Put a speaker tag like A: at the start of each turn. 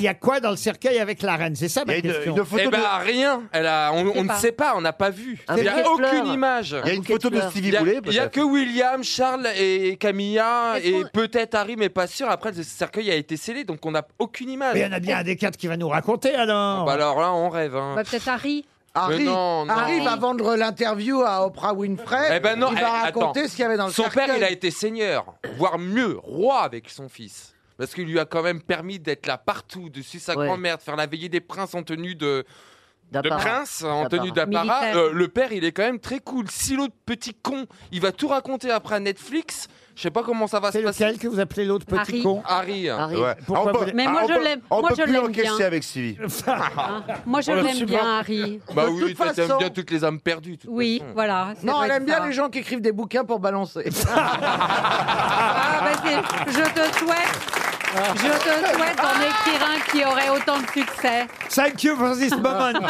A: y a quoi dans le cercueil avec la reine C'est ça ma
B: Il y a une-
A: question.
B: une photo
C: Eh ben
B: de-
C: rien, elle a, on,
D: sait
C: on ne
D: pas.
C: sait pas, on n'a pas vu.
D: Un
C: Il n'y
D: bouquet
C: a
D: de
C: aucune
D: fleurs.
C: image.
B: Il y a une
D: Bouquet de
B: photo de
D: fleurs.
B: Stevie
C: Il y a-
B: Boulet.
C: il y a
B: peut-être.
C: que William, Charles et Camilla
E: Est-ce
C: et
E: qu'on-
C: peut-être Harry, mais pas sûr. Après, ce cercueil a été scellé, donc on n'a aucune image.
A: Mais il y en a bien un des quatre qui va nous raconter alors.
B: Ah,
C: Bah alors là, on rêve. hein.
E: Bah, Peut-être Harry.
F: Harry,
C: Mais non, non.
F: Harry va vendre l'interview à Oprah Winfrey.
C: Eh ben non,
F: il
C: eh,
F: va raconter
C: attends.
F: ce qu'il y avait dans le
C: Son père,
F: cercueil.
C: il a été seigneur, voire mieux, roi avec son fils. Parce qu'il lui a quand même permis d'être là partout, de suivre sa
D: Ouais.
C: grand-mère, de faire la veillée des princes en tenue de, de
F: hein.
D: D'apparat.
C: prince, en
D: D'apparat.
C: tenue d'apparat.
E: Militaire.
C: Euh, le père, il est quand même très cool. Si l'autre petit con, il va tout raconter après à Netflix, je sais pas comment ça va se
A: C'est
C: passer.
A: lequel que vous appelez l'autre petit
E: Harry.
A: con
C: Harry.
D: Harry.
B: Ouais.
A: Pourquoi
B: Ah,
A: vous
B: on peut-
A: l'avez-
E: Mais moi,
B: ah, on
E: je
B: peut-
E: l'aime-
B: On
E: moi,
B: peut
E: je
B: plus
E: l'aime
B: encaisser
E: bien.
B: avec Stevie.
E: hein. Moi, je
F: On le
E: l'aime
F: supporte.
E: bien, Harry.
C: Bah
F: De
C: oui,
F: toute
C: ça t'aime
F: façon-
C: bien toutes les âmes perdues. de toute
E: Oui,
C: façon.
E: voilà. ça
F: Non,
E: doit
F: elle
E: être
F: aime bien
C: hein.
E: ça.
F: les gens qui écrivent des bouquins pour balancer.
E: Ah, bah, c'est- je te souhaite. Je te souhaite d'en écrire un qui aurait autant de succès.
A: Thank you for this moment.